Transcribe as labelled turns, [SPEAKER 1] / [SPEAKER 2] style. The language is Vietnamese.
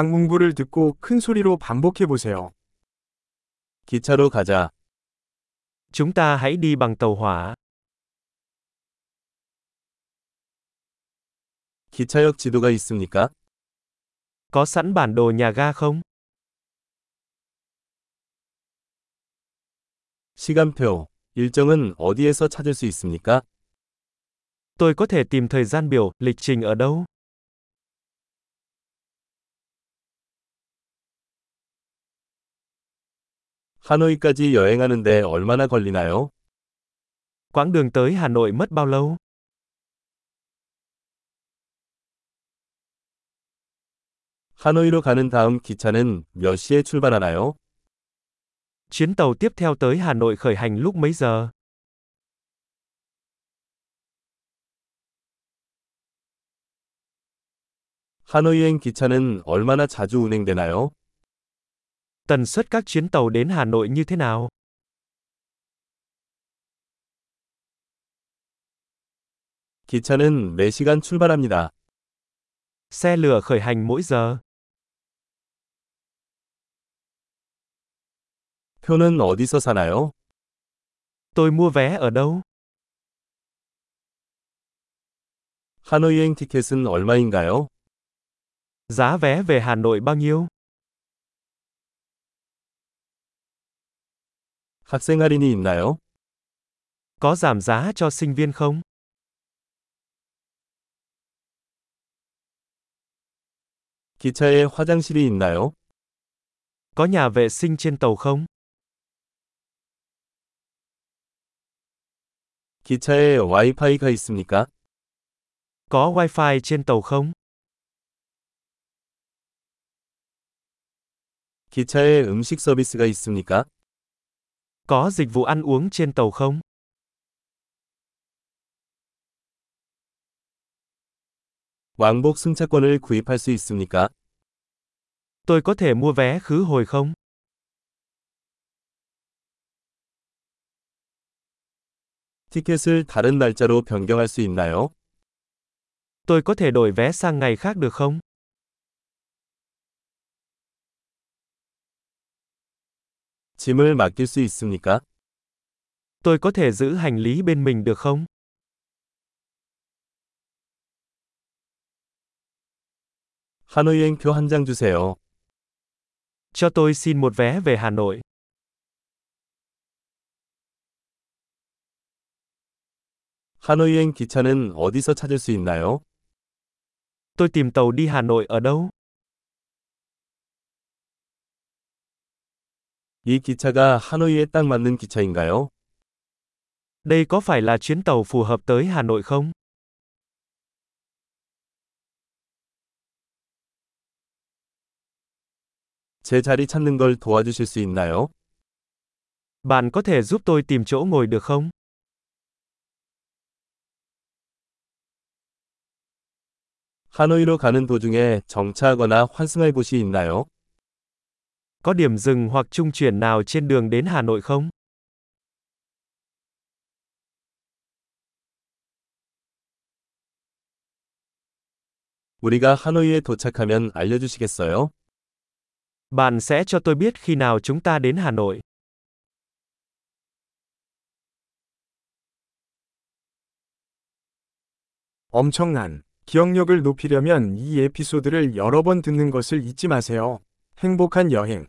[SPEAKER 1] 강문부를 듣고 큰 소리로 반복해 보세요.
[SPEAKER 2] 기차로 가자.
[SPEAKER 3] Chúng ta hãy đi bằng tàu hỏa.
[SPEAKER 2] 기차역 지도가 있습니까?
[SPEAKER 3] Có sẵn bản đồ nhà ga không?
[SPEAKER 2] 시간표, 일정은 어디에서 찾을 수 있습니까?
[SPEAKER 3] Tôi có thể tìm thời gian biểu, lịch trình ở đâu?
[SPEAKER 2] 하노이까지 여행하는데 얼마나 걸리나요?
[SPEAKER 3] Quãng đường tới Hà Nội mất bao lâu?
[SPEAKER 2] 하노이로 가는 다음 기차는 몇 시에 출발하나요?
[SPEAKER 3] Chuyến tàu tiếp theo tới Hà Nội khởi hành lúc mấy giờ?
[SPEAKER 2] 하노이행 기차는 얼마나 자주 운행되나요?
[SPEAKER 3] Tần suất các chuyến tàu đến Hà Nội như thế nào?
[SPEAKER 2] 기차는 매시간 출발합니다.
[SPEAKER 3] Xe lửa khởi hành mỗi giờ.
[SPEAKER 2] 표는 어디서 사나요?
[SPEAKER 3] Tôi mua vé ở đâu?
[SPEAKER 2] 하노이행 티켓은 얼마인가요?
[SPEAKER 3] Giá vé về Hà Nội bao nhiêu?
[SPEAKER 2] 학생 할인이 있나요?
[SPEAKER 3] Có giảm giá cho sinh viên không?
[SPEAKER 2] 기차에 화장실이 있나요?
[SPEAKER 3] Có nhà vệ sinh trên tàu không?
[SPEAKER 2] 기차에 와이파이가 있습니까?
[SPEAKER 3] Có wifi trên tàu không?
[SPEAKER 2] 기차에 음식 서비스가 있습니까?
[SPEAKER 3] Có dịch vụ ăn uống trên tàu không?
[SPEAKER 2] 왕복 승차권을 구입할 수 있습니까?
[SPEAKER 3] Tôi có thể mua vé khứ hồi không?
[SPEAKER 2] 티켓을 다른 날짜로 변경할 수 있나요?
[SPEAKER 3] Tôi có thể đổi vé sang ngày khác được không?
[SPEAKER 2] 짐을 맡길 수 있습니까?
[SPEAKER 3] Tôi có thể giữ hành lý bên mình được không?
[SPEAKER 2] 하노이행 표 한 장 주세요.
[SPEAKER 3] Cho tôi xin một vé về Hà Nội.
[SPEAKER 2] 하노이행 기차는 어디서 찾을 수 있나요?
[SPEAKER 3] Tôi tìm tàu đi Hà Nội ở đâu?
[SPEAKER 2] 이 기차가 하노이에 딱 맞는 기차인가요?
[SPEAKER 3] Đây có phải là chuyến tàu phù hợp tới Hà Nội không?
[SPEAKER 2] 제 자리 찾는 걸 도와주실 수 있나요?
[SPEAKER 3] Bạn có thể giúp tôi tìm chỗ ngồi được không?
[SPEAKER 2] 하노이로 가는 도중에 정차하거나 환승할 곳이 있나요?
[SPEAKER 3] Có điểm dừng hoặc trung chuyển nào trên đường đến Hà Nội không?
[SPEAKER 2] 우리가 하노이에 도착하면 알려주시겠어요?
[SPEAKER 3] Bạn sẽ cho tôi biết khi nào chúng ta đến Hà Nội.
[SPEAKER 1] 엄청난 기억력을 높이려면 이 에피소드를 여러 번 듣는 것을 잊지 마세요. 행복한 여행.